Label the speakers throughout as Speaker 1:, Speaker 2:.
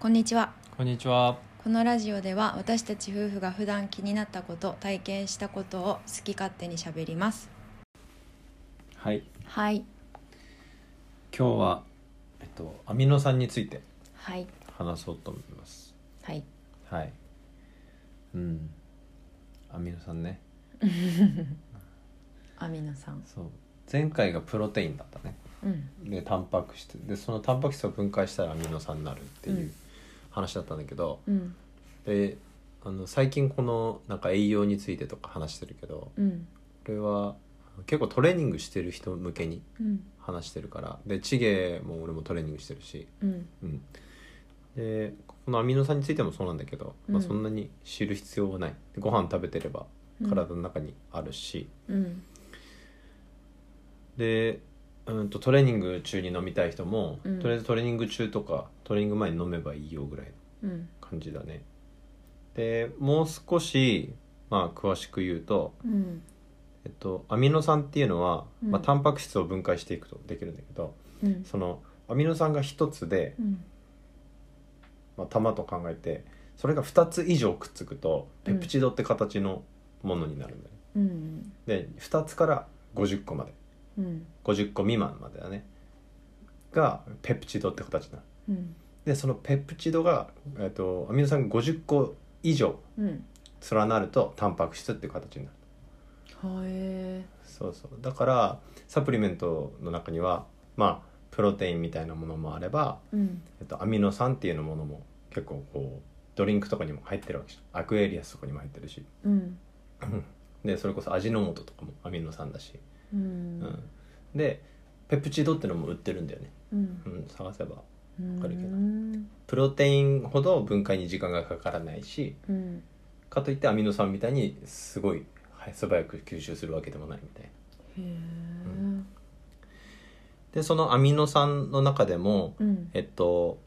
Speaker 1: こんにちは
Speaker 2: こんにちは。
Speaker 1: このラジオでは私たち夫婦が普段気になったこと体験したことを好き勝手にしゃべります
Speaker 2: はい。
Speaker 1: はい
Speaker 2: 今日はえっとアミノ酸について
Speaker 1: はい
Speaker 2: 話そうと思います。
Speaker 1: はい
Speaker 2: はい。うん。アミノ酸ね。
Speaker 1: アミノ酸
Speaker 2: そう。前回がプロテインだったね。
Speaker 1: うん
Speaker 2: でタンパク質でそのタンパク質を分解したらアミノ酸になるっていううん話だったんだけど、
Speaker 1: うん
Speaker 2: であの最近このなんか栄養についてとか話してるけど、
Speaker 1: うん
Speaker 2: これは結構トレーニングしてる人向けに
Speaker 1: うん
Speaker 2: 話してるから、でチゲも俺もトレーニングしてるし。
Speaker 1: うん
Speaker 2: うん、でこのアミノ酸についてもそうなんだけど、ま
Speaker 1: う
Speaker 2: あ、
Speaker 1: ん
Speaker 2: そんなに知る必要はないでご飯食べてれば
Speaker 1: うん
Speaker 2: 体の中にあるし、
Speaker 1: うん
Speaker 2: でうんとトレーニング中に飲みたい人も、
Speaker 1: うん
Speaker 2: とりあえずトレーニング中とかトレーニング前に飲めばいいよぐらい
Speaker 1: う
Speaker 2: の
Speaker 1: ん
Speaker 2: 感じだねでもう少し、まあ、詳しく言うと、
Speaker 1: うん
Speaker 2: えっと、アミノ酸っていうのは、
Speaker 1: うん
Speaker 2: まあ、タンパク質を分解していくとできるんだけど
Speaker 1: うん
Speaker 2: そのアミノ酸が1つで、
Speaker 1: うん
Speaker 2: まあ、玉と考えてそれが2つ以上くっつくと
Speaker 1: う
Speaker 2: ペ
Speaker 1: ん
Speaker 2: プチドって形のものになるんだよ、
Speaker 1: うん
Speaker 2: ねで2つから50個まで
Speaker 1: うん
Speaker 2: 50個未満までだねがペプチドって形になる
Speaker 1: うん
Speaker 2: でそのペプチドが、えっとアミノ酸が50個以上
Speaker 1: うん
Speaker 2: 連なるとタンパク質っていう形になる
Speaker 1: はえ
Speaker 2: そうそうだからサプリメントの中にはまあプロテインみたいなものもあれば、
Speaker 1: うん
Speaker 2: えっと、アミノ酸っていうものも結構こうドリンクとかにも入ってるわけじゃんアクエリアスとかにも入ってるし
Speaker 1: うん
Speaker 2: でそれこそ味の素とかもアミノ酸だし、
Speaker 1: う
Speaker 2: うんんでペプチドってのも売ってるんだよね、
Speaker 1: うん
Speaker 2: うん、探せば
Speaker 1: うん
Speaker 2: わかるけど
Speaker 1: うん
Speaker 2: プロテインほど分解に時間がかからないし
Speaker 1: うん
Speaker 2: かといってアミノ酸みたいにすごいはい素早く吸収するわけでもないみたいな
Speaker 1: へえ
Speaker 2: でそのアミノ酸の中でも、
Speaker 1: うん
Speaker 2: えっと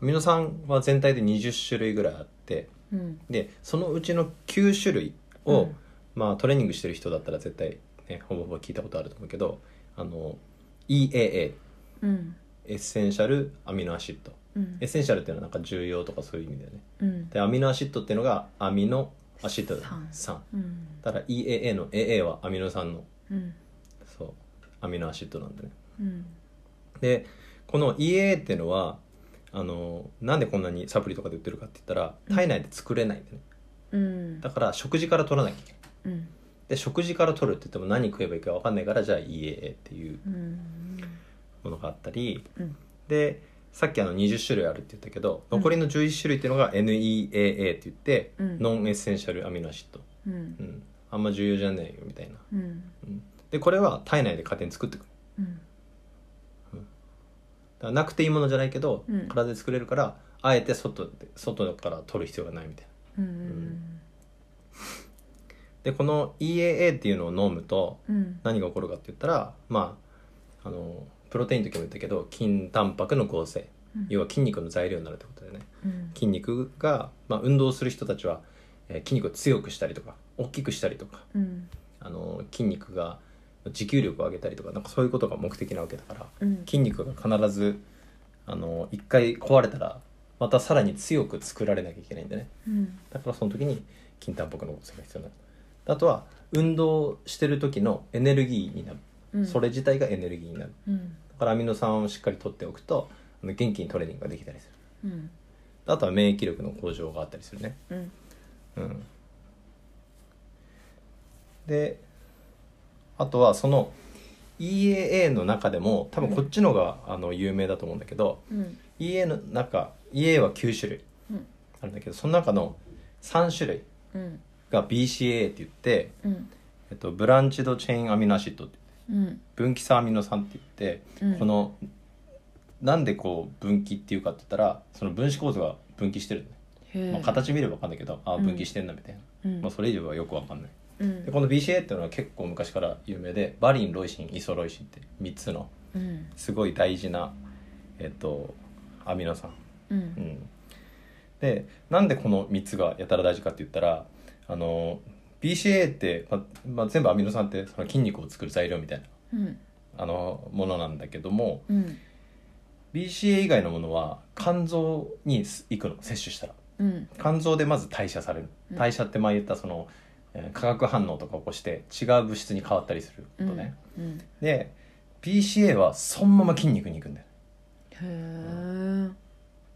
Speaker 2: アミノ酸は全体で20種類ぐらいあって
Speaker 1: うん
Speaker 2: でそのうちの9種類を、
Speaker 1: うん
Speaker 2: まあトレーニングしてる人だったら絶対、ね、ほぼほぼ聞いたことあると思うけどあの EAA
Speaker 1: うん
Speaker 2: エッセンシャルアミノアシッド
Speaker 1: うん
Speaker 2: エッセンシャルっていうのはなんか重要とかそういう意味だよね
Speaker 1: うん
Speaker 2: でアミノアシッドっていうのがアミノアシッドだ
Speaker 1: 酸
Speaker 2: 酸
Speaker 1: うん
Speaker 2: だから EAA の AA はアミノ酸の
Speaker 1: うん
Speaker 2: そうアミノアシッドなんだね
Speaker 1: うん
Speaker 2: でこの EAA っていうのはあのなんでこんなにサプリとかで売ってるかって言ったら体内で作れないんだね
Speaker 1: うん
Speaker 2: だから食事から取らなきゃいけない
Speaker 1: うん
Speaker 2: で食事から取るって言っても何食えばいいか分かんないからじゃあ EAA っていう
Speaker 1: うん
Speaker 2: ものがあったり
Speaker 1: うん
Speaker 2: でさっきあの20種類あるって言ったけど残りの11種類っていうのが NEAA って言って、
Speaker 1: うん
Speaker 2: ノンエッセンシャルアミノアシッド、
Speaker 1: うん
Speaker 2: うん、あんま重要じゃないよみたいな、
Speaker 1: うん
Speaker 2: うん、でこれは体内で勝手に作ってくる
Speaker 1: うん
Speaker 2: だからなくていいものじゃないけど、
Speaker 1: うん
Speaker 2: 体で作れるからあえて外で外から取る必要がないみたいな
Speaker 1: うん
Speaker 2: でこの EAA っていうのを飲むと
Speaker 1: うん
Speaker 2: 何が起こるかって言ったらまああのプロテインの時も言ったけど筋タンパクの合成要は筋肉の材料になるってことだよね
Speaker 1: うん
Speaker 2: 筋肉が、まあ、運動する人たちは、えー筋肉を強くしたりとか大きくしたりとか、
Speaker 1: うん
Speaker 2: あのー筋肉が持久力を上げたりとかなんかそういうことが目的なわけだから
Speaker 1: うん
Speaker 2: 筋肉が必ず、あのー一回壊れたらまたさらに強く作られなきゃいけないんでね
Speaker 1: うん
Speaker 2: だからその時に筋タンパクの合成が必要になるあとは運動してる時のエネルギーにな
Speaker 1: う
Speaker 2: る、
Speaker 1: ん
Speaker 2: それ自体がエネルギーになる
Speaker 1: うん
Speaker 2: だからアミノ酸をしっかり取っておくとあの元気にトレーニングができたりする
Speaker 1: うん
Speaker 2: あとは免疫力の向上があったりするね
Speaker 1: うん
Speaker 2: うん、であとはその EAA の中でも多分こっちのが、あの有名だと思うんだけど
Speaker 1: うん
Speaker 2: EA の中 EA は9種類
Speaker 1: うん
Speaker 2: あるんだけどその中の3種類
Speaker 1: うん
Speaker 2: が BCA って言って、
Speaker 1: うん
Speaker 2: えっと、ブランチドチェーンアミノアシッドって
Speaker 1: うん
Speaker 2: 分岐酸アミノ酸って言って、
Speaker 1: うん
Speaker 2: このなんでこう分岐っていうかって言ったらその分子構造が分岐してる、
Speaker 1: へ
Speaker 2: まあ、形見れば分かんないけどああ
Speaker 1: うん
Speaker 2: 分岐してんなみたいな、
Speaker 1: うん
Speaker 2: まあ、それ以上はよく分かんない
Speaker 1: うん
Speaker 2: でこの BCA っていうのは結構昔から有名でバリンロイシンイソロイシンって3つの
Speaker 1: うん
Speaker 2: すごい大事な、えっと、アミノ酸、
Speaker 1: う
Speaker 2: うんん、でなんでこの3つがやたら大事かって言ったらあの BCA って、ままあ、全部アミノ酸ってその筋肉を作る材料みたいな
Speaker 1: うん
Speaker 2: あのものなんだけども
Speaker 1: うん
Speaker 2: BCA BCA 以外のものは肝臓にす行くの摂取したら
Speaker 1: うん
Speaker 2: 肝臓でまず代謝される
Speaker 1: うん
Speaker 2: 代謝って前言ったその、えー化学反応とか起こして違う物質に変わったりすることね、
Speaker 1: うんへ
Speaker 2: で BCA はそのまま筋肉に行くんだよ
Speaker 1: え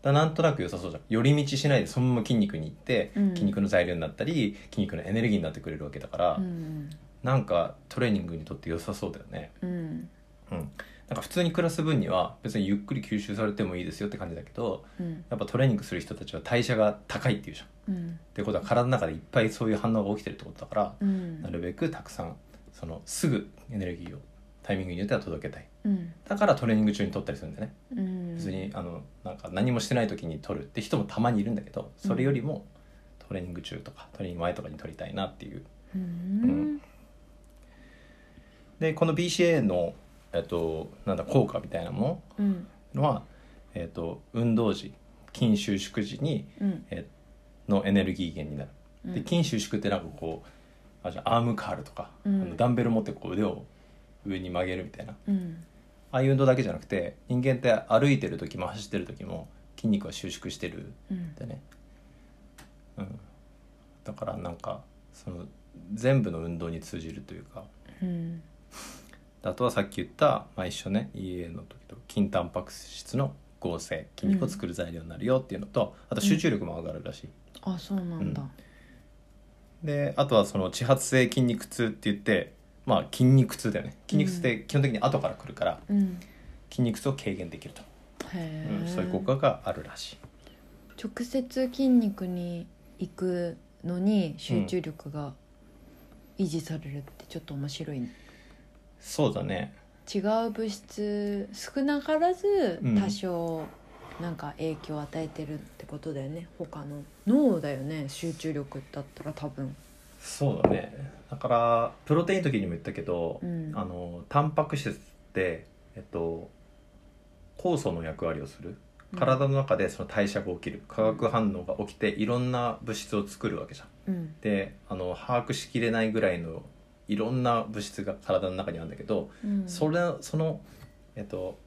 Speaker 2: だからなんとなく良さそうじゃん寄り道しないでそのまま筋肉に行って、
Speaker 1: うん
Speaker 2: 筋肉の材料になったり筋肉のエネルギーになってくれるわけだから、
Speaker 1: うん
Speaker 2: なんかトレーニングにとって良さそうだよね
Speaker 1: うん
Speaker 2: うんなんか普通に暮らす分には別にゆっくり吸収されてもいいですよって感じだけど
Speaker 1: うん
Speaker 2: やっぱトレーニングする人たちは代謝が高いっていうじゃんっ
Speaker 1: うん
Speaker 2: てことは体の中でいっぱいそういう反応が起きてるってことだから
Speaker 1: う
Speaker 2: なんるべくたくさんそのすぐエネルギーをタイミングによっては届けたい
Speaker 1: うん
Speaker 2: だからトレーニング中に取ったりするんだよね
Speaker 1: うん
Speaker 2: 別にあのなんか何もしてない時に取るって人もたまにいるんだけどそれよりもトレーニング中とかトレーニング前とかに取りたいなっていう
Speaker 1: うん
Speaker 2: でこの BCA の、えっと、なんだ効果みたいなも
Speaker 1: うん
Speaker 2: のは、えっと、運動時筋収縮時に、
Speaker 1: うん
Speaker 2: えのエネルギー源になる、
Speaker 1: うん
Speaker 2: で筋収縮ってなんかこうあじゃあアームカールとか、
Speaker 1: うん
Speaker 2: あのダンベル持ってこう腕を上に曲げるみたいな
Speaker 1: うん
Speaker 2: ああいう運動だけじゃなくて人間って歩いてる時も走ってる時も筋肉は収縮してるん
Speaker 1: うん
Speaker 2: だよね、うん、だからなんかその全部の運動に通じるというか
Speaker 1: うん
Speaker 2: あとはさっき言った、まあ、一緒ね EA の時と筋タンパク質の合成筋肉を作る材料になるよっていうのと、あと集中力も上がるらしい、
Speaker 1: あそうなんだ
Speaker 2: であとはその自発性筋肉痛って言ってまあ筋肉痛だよね筋肉痛って基本的に後から来るから、
Speaker 1: うん
Speaker 2: 筋肉痛を軽減できると、
Speaker 1: へ
Speaker 2: うん
Speaker 1: え
Speaker 2: そういう効果があるらしい
Speaker 1: 直接筋肉に行くのに集中力が維持されるってちょっと面白いね
Speaker 2: そうだね
Speaker 1: 違う物質少なからず
Speaker 2: うん
Speaker 1: 多少なんか影響を与えてるってことだよね、他の脳だよね集中力だったら多分
Speaker 2: そうだねだからプロテインの時にも言ったけど、
Speaker 1: うん
Speaker 2: あのタンパク質ってえっと酵素の役割をする体の中でその代謝が起きる化学反応が起きていろんな物質を作るわけじゃん
Speaker 1: うん
Speaker 2: であの把握しきれないぐらいのいろんな物質が体の中にあるんだけど、
Speaker 1: うん
Speaker 2: それその、えっと、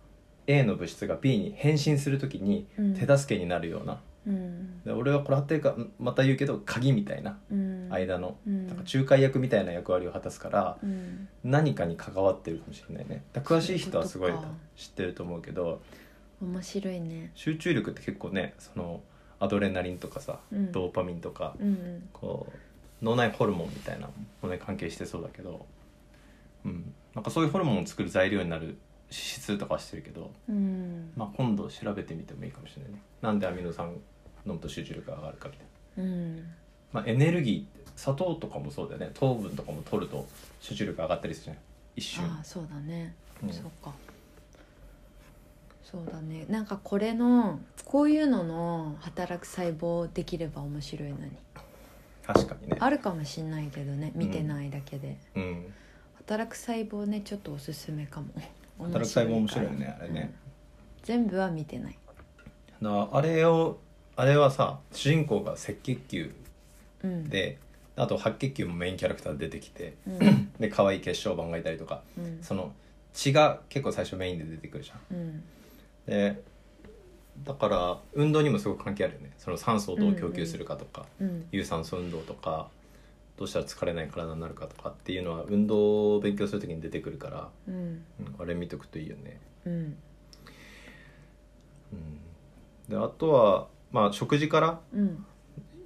Speaker 2: A の物質が B に変身する時に
Speaker 1: うん
Speaker 2: 手助けになるような、
Speaker 1: うん
Speaker 2: で俺はこれ貼ってるからまた言うけど鍵みたいな
Speaker 1: うん
Speaker 2: 間の、
Speaker 1: うん
Speaker 2: なんか仲介役みたいな役割を果たすから
Speaker 1: うん
Speaker 2: 何かに関わってるかもしれないねだから詳しい人はすごい
Speaker 1: そういうことか
Speaker 2: 知ってると思うけど
Speaker 1: 面白いね
Speaker 2: 集中力って結構ねそのアドレナリンとかさ、
Speaker 1: うん
Speaker 2: ドーパミンとか、
Speaker 1: うん
Speaker 2: こう脳内ホルモンみたいなものに関係してそうだけど、うん、なんかそういうホルモンを作る材料になる脂質とかはしてるけど、
Speaker 1: うん
Speaker 2: まあ、今度調べてみてもいいかもしれないねなんでアミノ酸飲むと集中力が上がるかみたいな、
Speaker 1: うん
Speaker 2: まあ、エネルギー砂糖とかもそうだよね糖分とかも取ると集中力上がったりするじゃん一瞬
Speaker 1: ああそうだね、
Speaker 2: うん
Speaker 1: そうかそうだねなんかこれのこういうのの働く細胞できれば面白いのに
Speaker 2: 確かにね
Speaker 1: あるかもしんないけどね見てないだけで、
Speaker 2: うん
Speaker 1: 働く細胞ねちょっとおすすめかも
Speaker 2: 働く細胞面白いよ
Speaker 1: から
Speaker 2: ねあれね、
Speaker 1: うん全部は見てない
Speaker 2: なあれをあれはさ主人公が赤血球
Speaker 1: うん
Speaker 2: であと白血球もメインキャラクター出てきて
Speaker 1: うん
Speaker 2: で可愛い血小板がいたりとか
Speaker 1: うん
Speaker 2: その血が結構最初メインで出てくるじゃん
Speaker 1: うん
Speaker 2: でだから運動にもすごく関係あるよねその酸素をどう供給するかとか、
Speaker 1: うん
Speaker 2: 有酸素運動とかどうしたら疲れない体になるかとかっていうのは運動を勉強する時に出てくるから、
Speaker 1: うん
Speaker 2: うんあれ見とくといいよね、
Speaker 1: うん
Speaker 2: うん、であとは、まあ、食事から
Speaker 1: うん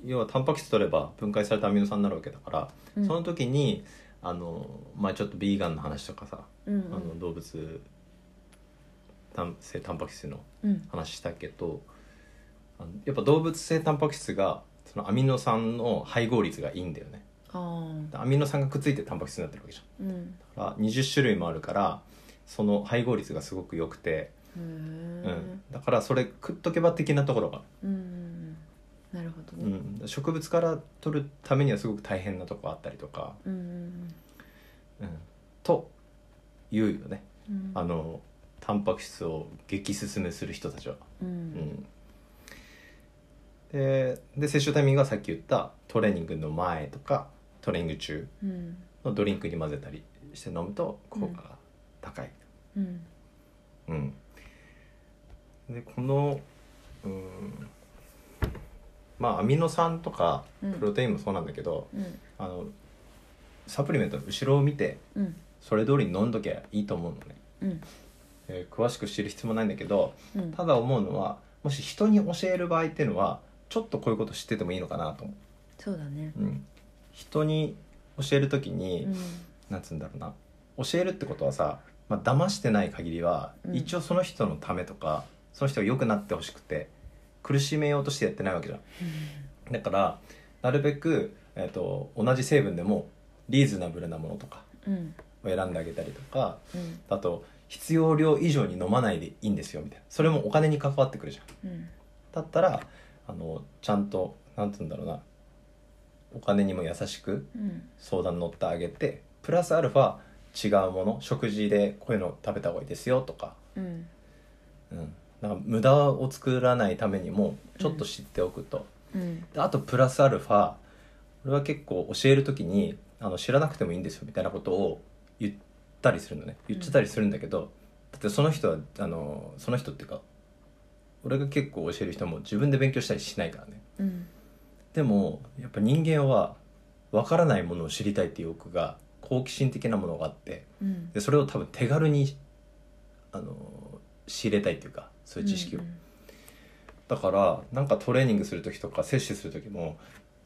Speaker 2: 要はタンパク質取れば分解されたアミノ酸になるわけだから、
Speaker 1: うん
Speaker 2: その時にあの、まあ、ちょっとビーガンの話とかさ、
Speaker 1: うん
Speaker 2: あの動物たん性タンパク質の
Speaker 1: うん
Speaker 2: 話したけどあのやっぱ動物性タンパク質がそのアミノ酸の配合率がいいんだよね
Speaker 1: あー
Speaker 2: アミノ酸がくっついてタンパク質になってるわけじゃん
Speaker 1: うん
Speaker 2: だから20種類もあるからその配合率がすごく良くて、
Speaker 1: へ
Speaker 2: うん
Speaker 1: ー
Speaker 2: だからそれ食っとけば的なところがあ
Speaker 1: うんうんなるほど
Speaker 2: る、
Speaker 1: ね
Speaker 2: うん植物から取るためにはすごく大変なとこあったりとか、
Speaker 1: うんうん
Speaker 2: うん、と言うよね
Speaker 1: うん
Speaker 2: あのタンパク質を激勧めする人たちは。
Speaker 1: う
Speaker 2: うんんでで接種タイミングはさっき言ったトレーニングの前とかトレーニング中
Speaker 1: うん
Speaker 2: のドリンクに混ぜたりして飲むと効果が高い、
Speaker 1: うん
Speaker 2: うんでこのうんまあアミノ酸とか
Speaker 1: うん
Speaker 2: プロテインもそうなんだけど、
Speaker 1: うん
Speaker 2: あのサプリメントの後ろを見て
Speaker 1: うん
Speaker 2: それ通りに飲んどきゃいいと思うのね、
Speaker 1: うん
Speaker 2: えー詳しく知る必要もないんだけど
Speaker 1: うん
Speaker 2: ただ思うのはもし人に教える場合っていうのはちょっとこういうこと知っててもいいのかなと思
Speaker 1: そうだね
Speaker 2: う、うん、人に教える時に、
Speaker 1: うん
Speaker 2: なんつうんだろうな教えるってことはさ、まあ騙してない限りは、
Speaker 1: うん
Speaker 2: 一応その人のためとかその人が良くなってほしくて苦しめようとしてやってないわけじゃんだからなるべく、えー、と同じ成分でもリーズナブルなものとか
Speaker 1: うん
Speaker 2: を選んであげたりとか
Speaker 1: うん
Speaker 2: あと必要量以上に飲まないでいいんですよみたいなそれもお金に関わってくるじゃん
Speaker 1: うん
Speaker 2: だったらあのちゃんとなんつうんだろうなお金にも優しく
Speaker 1: うん
Speaker 2: 相談に乗ってあげてプラスアルファ違うもの食事でこういうの食べた方がいいですよとか,、
Speaker 1: うん
Speaker 2: うん、なんか無駄を作らないためにもちょっと知っておくと、
Speaker 1: うん
Speaker 2: であとプラスアルファ俺は結構教える時にあの知らなくてもいいんですよみたいなことを言ったりするのね言っちゃったりするんだけど、だってその人はあのその人っていうか俺が結構教える人も自分で勉強したりしないからね
Speaker 1: うん
Speaker 2: でもやっぱ人間は分からないものを知りたいっていう欲が好奇心的なものがあって
Speaker 1: うん
Speaker 2: でそれを多分手軽にあの仕入れたいっていうかそういう知識を、
Speaker 1: うん
Speaker 2: だからなんかトレーニングする時とか摂取する時も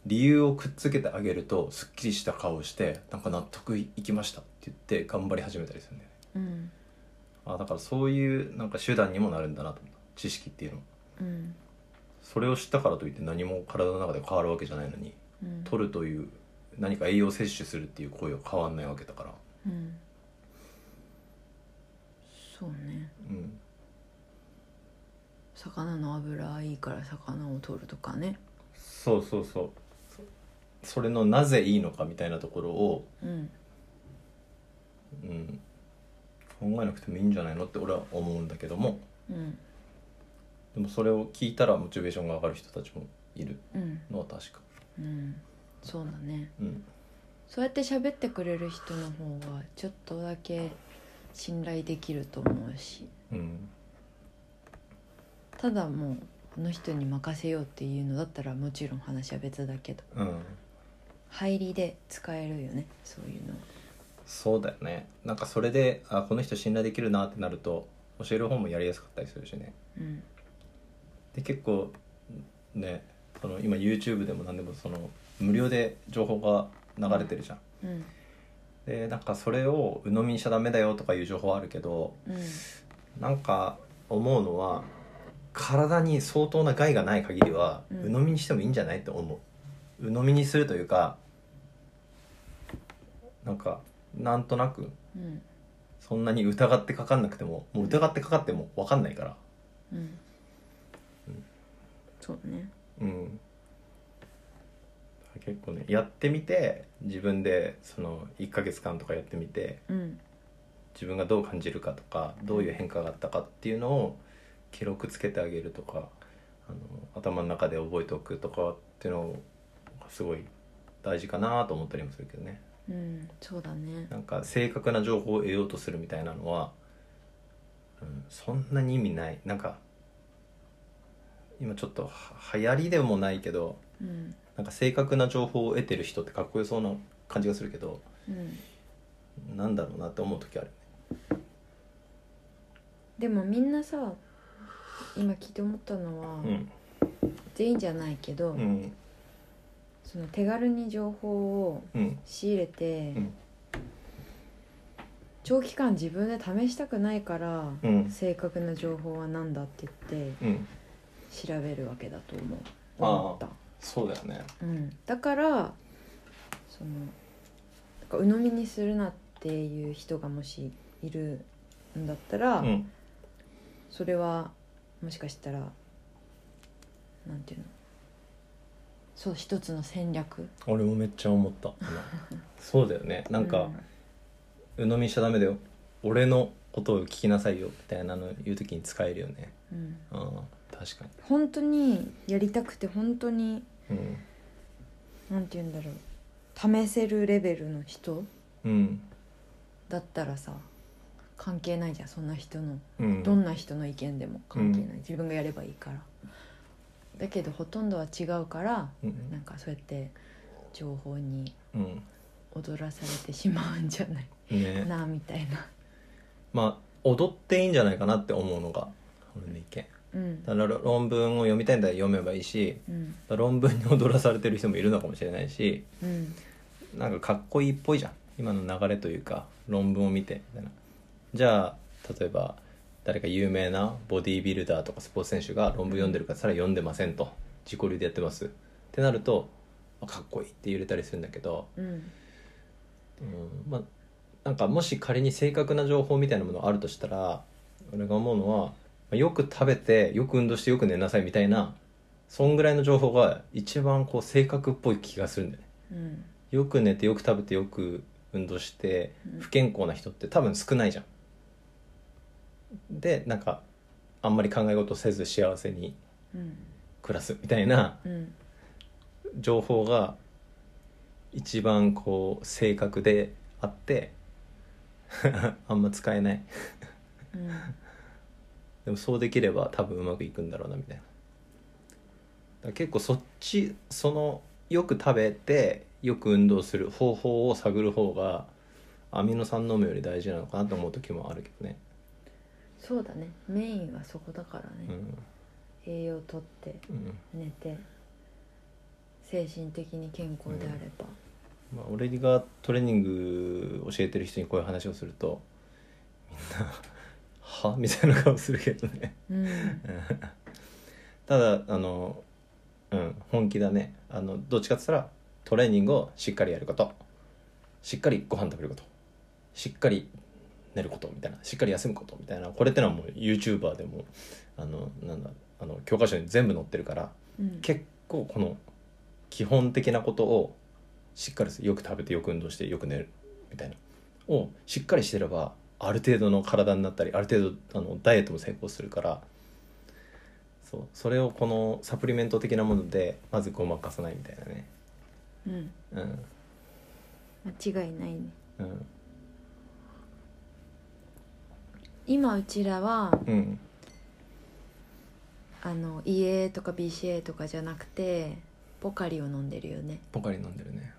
Speaker 2: 理由をくっつけてあげるとすっきりした顔をしてなんか納得いきましたって言って頑張り始めたりするんだよね
Speaker 1: うん
Speaker 2: あだからそういうなんか手段にもなるんだなと思った知識っていうのは
Speaker 1: うん
Speaker 2: それを知ったからといって何も体の中で変わるわけじゃないのに
Speaker 1: うん
Speaker 2: 取るという何か栄養摂取するっていう行為は変わんないわけだから、
Speaker 1: うんそうね
Speaker 2: うん、
Speaker 1: 魚の油いいから魚を取るとかね
Speaker 2: そうそうそうそれのなぜいいのかみたいなところを、
Speaker 1: うん
Speaker 2: うん、考えなくてもいいんじゃないのって俺は思うんだけども
Speaker 1: うん
Speaker 2: でもそれを聞いたらモチベーションが上がる人たちもいる
Speaker 1: うん
Speaker 2: のは確か、
Speaker 1: うんそうだね
Speaker 2: うん、
Speaker 1: そうやって喋ってくれる人の方がちょっとだけ信頼できると思うし
Speaker 2: うん
Speaker 1: ただもうこの人に任せようっていうのだったらもちろん話は別だけど
Speaker 2: うん
Speaker 1: 入りで使えるよねそういうのは
Speaker 2: そうだよねなんかそれであこの人信頼できるなってなると教える方もやりやすかったりするしね
Speaker 1: うん
Speaker 2: で結構ねその今 YouTube でも何でもその無料で情報が流れてるじゃん
Speaker 1: うん
Speaker 2: でなんかそれを鵜呑みにしちゃダメだよとかいう情報はあるけど
Speaker 1: うん
Speaker 2: なんか思うのは体に相当な害がない限りは、
Speaker 1: うん
Speaker 2: 鵜呑みにしてもいいんじゃないって思う鵜呑みにするというかなんかなんとなく
Speaker 1: うん
Speaker 2: そんなに疑ってかかんなくてももう疑ってかかっても分かんないから
Speaker 1: うんそうね
Speaker 2: うん結構ねやってみて自分でその1ヶ月間とかやってみて
Speaker 1: うん
Speaker 2: 自分がどう感じるかとかどういう変化があったかっていうのを記録つけてあげるとかあの頭の中で覚えておくとかっていうのがすごい大事かなと思ったりもするけどね
Speaker 1: うんそうだね
Speaker 2: なんか正確な情報を得ようとするみたいなのは、うん、そんなに意味ないなんか今ちょっとは流行りでもないけど
Speaker 1: うん
Speaker 2: なんか正確な情報を得てる人ってかっこよそうな感じがするけど
Speaker 1: うん
Speaker 2: なんだろうなって思う時ある
Speaker 1: でもみんなさ今聞いて思ったのは、
Speaker 2: ね
Speaker 1: 全員じゃないけど、
Speaker 2: うん
Speaker 1: その手軽に情報を
Speaker 2: うん
Speaker 1: 仕入れて、
Speaker 2: ん
Speaker 1: 長期間自分で試したくないから、
Speaker 2: うん
Speaker 1: 正確な情報は何だって言って
Speaker 2: うん
Speaker 1: 調べるわけだと思う
Speaker 2: ああ
Speaker 1: 思った、
Speaker 2: そうだよね
Speaker 1: うん、だからそのなんか鵜呑みにするなっていう人がもしいるんだったら、
Speaker 2: うん
Speaker 1: それはもしかしたらなんていうのそう一つの戦略
Speaker 2: 俺もめっちゃ思った そうだよねなんか、鵜呑みしちゃダメだよ俺のことを聞きなさいよみたいなの言う時に使えるよね
Speaker 1: うんうん
Speaker 2: うん確か
Speaker 1: 本当にやりたくて本当に
Speaker 2: にうん
Speaker 1: なんて言うんだろう試せるレベルの人
Speaker 2: うん
Speaker 1: だったらさ関係ないじゃんそんな人の
Speaker 2: うん
Speaker 1: どんな人の意見でも関係ない、自分がやればいいからだけどほとんどは違うから
Speaker 2: うん
Speaker 1: なんかそうやって情報に
Speaker 2: うん
Speaker 1: 踊らされてしまうんじゃない
Speaker 2: ね
Speaker 1: なあみたいな
Speaker 2: まあ踊っていいんじゃないかなって思うのが俺の意見
Speaker 1: うん
Speaker 2: だから論文を読みたいんだら読めばいいし
Speaker 1: うん
Speaker 2: 論文に踊らされてる人もいるのかもしれないし
Speaker 1: うん
Speaker 2: なんかかっこいいっぽいじゃん今の流れというか論文を見てみたいなじゃあ例えば誰か有名なボディービルダーとかスポーツ選手が論文読んでるかっつったら読んでませんと自己流でやってますってなるとあかっこいいって揺れたりするんだけど、
Speaker 1: うん
Speaker 2: うんまあなんかもし仮に正確な情報みたいなものがあるとしたら俺が思うのはまあよく食べてよく運動してよく寝なさいみたいなそんぐらいの情報が一番こう正確っぽい気がするんだよね
Speaker 1: うん
Speaker 2: よく寝てよく食べてよく運動して
Speaker 1: うん
Speaker 2: 不健康な人って多分少ないじゃん。でなんかあんまり考え事せず幸せに
Speaker 1: うん
Speaker 2: 暮らすみたいな
Speaker 1: うん
Speaker 2: 情報が一番こう正確であって あんま使えない
Speaker 1: うん
Speaker 2: でもそうできれば多分うまくいくんだろうなみたいなだから結構そっちそのよく食べてよく運動する方法を探る方がアミノ酸飲むより大事なのかなと思う時もあるけどね、
Speaker 1: そうだねメインはそこだから
Speaker 2: う
Speaker 1: ね、
Speaker 2: ん
Speaker 1: 栄養とって
Speaker 2: うん
Speaker 1: 寝て精神的に健康であれば、
Speaker 2: まあ、俺がトレーニング教えてる人にこういう話をするとみんなはみたいな顔するけどね
Speaker 1: うん
Speaker 2: ただあのうん本気だねあのどっちかって言ったらトレーニングをしっかりやることしっかりご飯食べることしっかり寝ることみたいなしっかり休むことみたいなこれってのはもう YouTuber でもあのなんだあの教科書に全部載ってるから
Speaker 1: うん
Speaker 2: 結構この基本的なことをしっかりするよく食べてよく運動してよく寝るみたいなをしっかりしてればある程度の体になったりある程度あのダイエットも成功するからそうそれをこのサプリメント的なものでまずごまかさないみたいなね
Speaker 1: うん
Speaker 2: うん
Speaker 1: 間違いないね
Speaker 2: うん
Speaker 1: 今うちらは
Speaker 2: うん
Speaker 1: あの EA とか BCA とかじゃなくてポカリを飲んでるよね
Speaker 2: ポカリ飲んでるね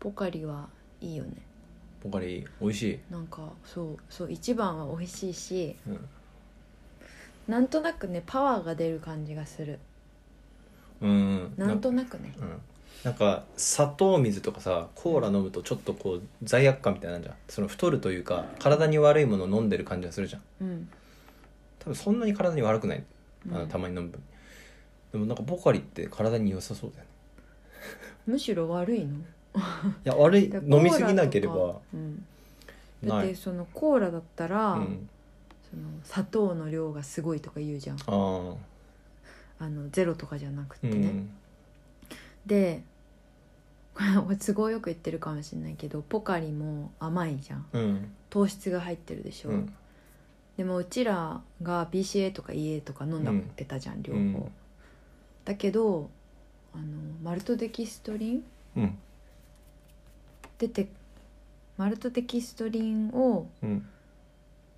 Speaker 1: ポカリはいいよね
Speaker 2: ポカリ美味しい
Speaker 1: なんかそうそう一番は美味しいし
Speaker 2: うん、
Speaker 1: なんとなくねパワーが出る感じがする
Speaker 2: うん、
Speaker 1: なんとなくね
Speaker 2: うん、なんか砂糖水とかさコーラ飲むとちょっとこう罪悪感みたいなんじゃんその太るというか体に悪いものを飲んでる感じがするじゃん
Speaker 1: うん、
Speaker 2: 多分そんなに体に悪くない
Speaker 1: う
Speaker 2: あの
Speaker 1: ん
Speaker 2: たまに飲む分、でもなんかポカリって体に良さそうだよね
Speaker 1: むしろ悪いの
Speaker 2: いや悪い
Speaker 1: だから
Speaker 2: 飲みすぎなけれ
Speaker 1: コーラと
Speaker 2: ば
Speaker 1: かうん、だっ
Speaker 2: な
Speaker 1: て
Speaker 2: い
Speaker 1: そのコーラだったら、
Speaker 2: うん、
Speaker 1: その砂糖の量がすごいとか言うじゃん
Speaker 2: あー
Speaker 1: あのゼロとかじゃなくて
Speaker 2: う
Speaker 1: ね、
Speaker 2: ん
Speaker 1: でこれ俺都合よく言ってるかもしれないけどポカリも甘いじゃん
Speaker 2: うん
Speaker 1: 糖質が入ってるでしょ、
Speaker 2: うん
Speaker 1: でもうちらが BCA とか EA とか飲んだってたじゃん、両
Speaker 2: う
Speaker 1: 方、
Speaker 2: ん
Speaker 1: だけどあのマルトデキストリン
Speaker 2: うん
Speaker 1: 出てマルトデキストリンを
Speaker 2: うん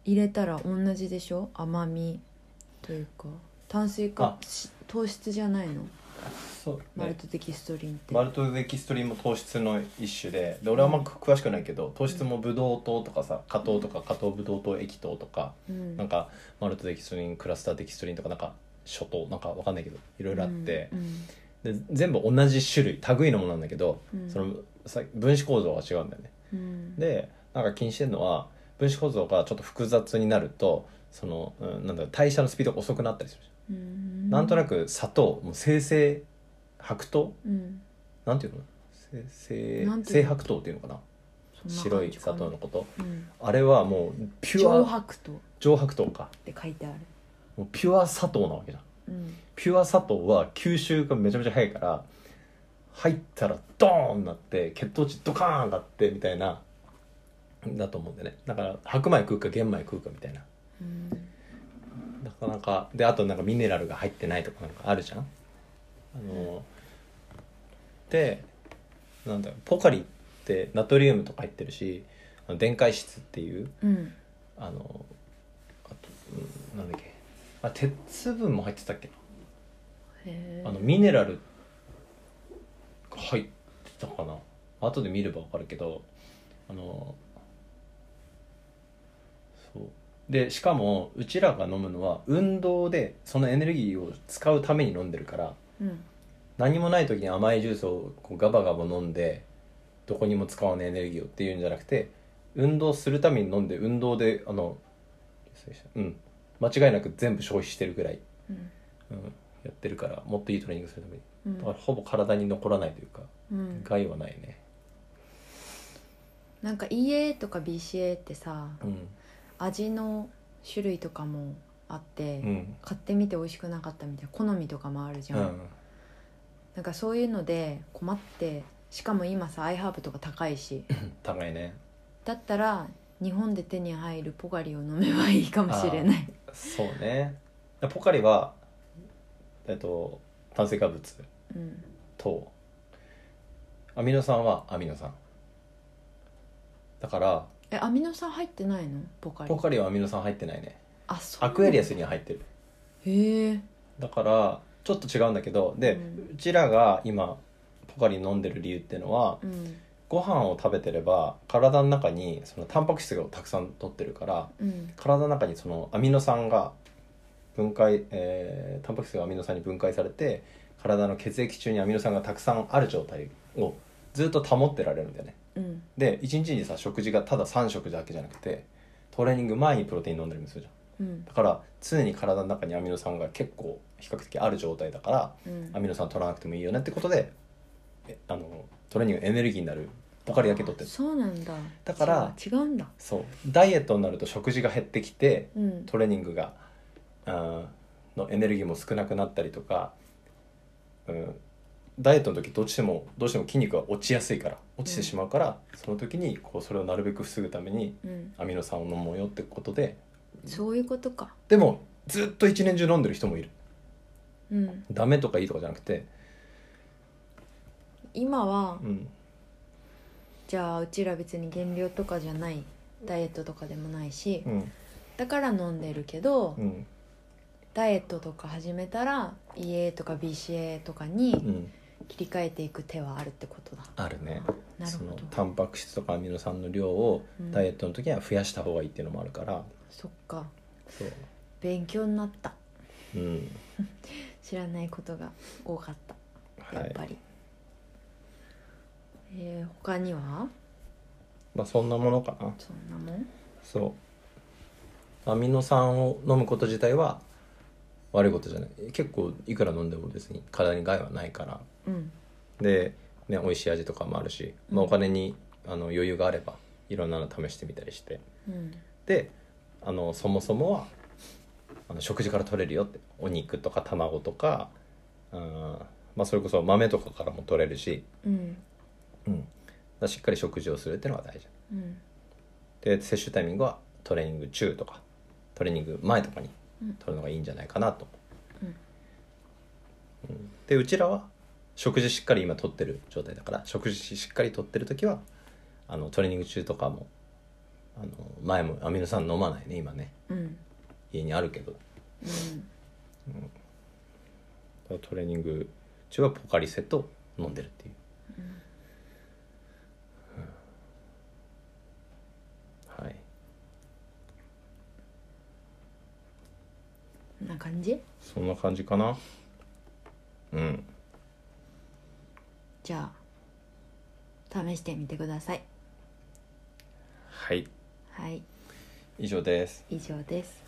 Speaker 1: 入れたら同じでしょ甘みというか炭水化
Speaker 2: あ
Speaker 1: し糖質じゃないの
Speaker 2: そう
Speaker 1: マル
Speaker 2: ね
Speaker 1: トデキストリンって、
Speaker 2: マルトデキストリンも糖質の一種でで俺はあんま詳しくないけど糖質もブドウ糖とかさ果糖とか果糖ブドウ糖液糖とか
Speaker 1: うん
Speaker 2: なんかマルトデキストリンクラスターデキストリンとかなんか諸糖なんかわかんないけどいろいろあって
Speaker 1: う、ん
Speaker 2: で全部同じ種類類のものなんだけど、
Speaker 1: うん
Speaker 2: そのさ分子構造が違うんだよね。
Speaker 1: うん
Speaker 2: でなんか気にしてるのは分子構造がちょっと複雑になるとその、うん、なんだろう代謝のスピードが遅くなったりするじ
Speaker 1: うん
Speaker 2: ゃん、なんとなく砂糖もう生成白糖
Speaker 1: うん
Speaker 2: なんていうの生成
Speaker 1: なんていう
Speaker 2: 生
Speaker 1: の
Speaker 2: 白糖っていうのかな
Speaker 1: そんな
Speaker 2: 白
Speaker 1: 感
Speaker 2: い
Speaker 1: じか
Speaker 2: 砂
Speaker 1: な
Speaker 2: 糖のこと
Speaker 1: うん
Speaker 2: あれはもうピュ
Speaker 1: 上
Speaker 2: ア
Speaker 1: 白糖っ
Speaker 2: 上白糖か
Speaker 1: て書いてある
Speaker 2: もうピュア砂糖なわけじゃん
Speaker 1: うん
Speaker 2: ピュア砂糖は吸収がめちゃめちゃ早いから入ったらドーンなって血糖値ドカーン上がってみたいなだと思うんでねだから白米食うか玄米食うかみたいな
Speaker 1: うん
Speaker 2: なかなかであとなんかミネラルが入ってないとかなんかあるじゃんあのでなんだろうポカリってナトリウムとか入ってるしあの電解質っていう
Speaker 1: うん
Speaker 2: あのあと、うん、なんだっけあ鉄分も入ってたっけ
Speaker 1: へ
Speaker 2: な
Speaker 1: ー
Speaker 2: あのミネラルが入ってたかな後で見れば分かるけどあのそうでしかもうちらが飲むのは運動でそのエネルギーを使うために飲んでるから
Speaker 1: うん
Speaker 2: 何もない時に甘いジュースをこうガバガバ飲んでどこにも使わないエネルギーをっていうんじゃなくて運動するために飲んで運動であの失礼したうん間違いなく全部消費してるぐらい、
Speaker 1: うん
Speaker 2: うん、やってるからもっといいトレーニングするために
Speaker 1: う
Speaker 2: だから
Speaker 1: ん
Speaker 2: ほぼ体に残らないというか
Speaker 1: うん、
Speaker 2: 害はないね
Speaker 1: なんか EA とか BCA ってさ
Speaker 2: うん
Speaker 1: 味の種類とかもあって、
Speaker 2: うん
Speaker 1: 買ってみて美味しくなかったみたいな好みとかもあるじ
Speaker 2: う
Speaker 1: ゃん、
Speaker 2: ん
Speaker 1: なんかそういうので困ってしかも今さ iHerb とか高いし
Speaker 2: 高いね
Speaker 1: だったら日本で手に入るポカリを飲めばいいかもしれない
Speaker 2: そうねポカリはえっと炭水化物
Speaker 1: うん
Speaker 2: とアミノ酸はアミノ酸だから
Speaker 1: えアミノ酸入ってないのポカリ
Speaker 2: ポカリはアミノ酸入ってないね
Speaker 1: あそう
Speaker 2: アクエリアスには入ってる
Speaker 1: へえ
Speaker 2: だからちょっと違うんだけどで、
Speaker 1: う
Speaker 2: うんちらが今ポカリ飲んでる理由っていうのは
Speaker 1: うん
Speaker 2: ご飯を食べてれば体の中にそのタンパク質がたくさん取ってるから
Speaker 1: うん
Speaker 2: 体の中にそのアミノ酸が分解、えータンパク質がアミノ酸に分解されて体の血液中にアミノ酸がたくさんある状態をずっと保ってられるんだよね
Speaker 1: うん
Speaker 2: で1日にさ食事がただ3食だけじゃなくてトレーニング前にプロテイン飲んでるんでするじゃん
Speaker 1: うん
Speaker 2: だから常に体の中にアミノ酸が結構比較的ある状態だから
Speaker 1: うん
Speaker 2: アミノ酸取らなくてもいいよねってことでえあのトレーニングエネルギーになるポカリだけ取って
Speaker 1: あ
Speaker 2: る
Speaker 1: そうなんだ
Speaker 2: だから
Speaker 1: 違う違うんだ
Speaker 2: そうダイエットになると食事が減ってきて
Speaker 1: うん
Speaker 2: トレーニングがあーのエネルギーも少なくなったりとか、うん、ダイエットの時どっちでもどうしても筋肉が落ちやすいから落ちてしまうから、その時にこうそれをなるべく防ぐために
Speaker 1: うん
Speaker 2: アミノ酸を飲もうよってことで
Speaker 1: そういうことか
Speaker 2: でもずっと一年中飲んでる人もいる
Speaker 1: うん
Speaker 2: ダメとかいいとかじゃなくて、
Speaker 1: 今は
Speaker 2: うん、
Speaker 1: じゃあうちら別に減量とかじゃないダイエットとかでもないし
Speaker 2: うん
Speaker 1: だから飲んでるけど、
Speaker 2: うん
Speaker 1: ダイエットとか始めたら EA とか BCA とか
Speaker 2: う
Speaker 1: に
Speaker 2: ん
Speaker 1: 切り替えていく手はあるってことだ、
Speaker 2: あるね
Speaker 1: なる
Speaker 2: そ
Speaker 1: ほ
Speaker 2: の
Speaker 1: ど
Speaker 2: タンパク質とかアミノ酸の量を
Speaker 1: うん
Speaker 2: ダイエットの時には増やした方がいいっていうのもあるから、
Speaker 1: そっか
Speaker 2: そう
Speaker 1: 勉強になった
Speaker 2: うん
Speaker 1: 知らないことが多かった
Speaker 2: は
Speaker 1: やっ
Speaker 2: い
Speaker 1: ぱり、えー他には
Speaker 2: まあそんなものかな
Speaker 1: そんなもん
Speaker 2: そうアミノ酸を飲むこと自体は悪いことじゃない結構いくら飲んでも別に体に害はないから
Speaker 1: うん
Speaker 2: で、ね、美味しい味とかもあるし、まあ、お金にあの余裕があればいろんなの試してみたりして
Speaker 1: うん
Speaker 2: であのそもそもはあの食事から取れるよってお肉とか卵とか、うんまあ、それこそ豆とかからも取れるし、
Speaker 1: うん
Speaker 2: うん、だからしっかり食事をするっていうのが大事
Speaker 1: うん
Speaker 2: で摂取タイミングはトレーニング中とかトレーニング前とかに
Speaker 1: うん
Speaker 2: 取るのがいいんじゃないかなと、
Speaker 1: うん
Speaker 2: うんでうちらは食事しっかり今取ってる状態だから食事しっかり取ってる時はあのトレーニング中とかもあの前もアミノ酸飲まないね今ね
Speaker 1: うん
Speaker 2: 家にあるけど
Speaker 1: うん
Speaker 2: トレーニング中はポカリセットを飲んでるっていう、うんはい
Speaker 1: こんな感じ
Speaker 2: そんな感じかなうん
Speaker 1: じゃあ試してみてください
Speaker 2: はい
Speaker 1: はい
Speaker 2: 以上です
Speaker 1: 以上です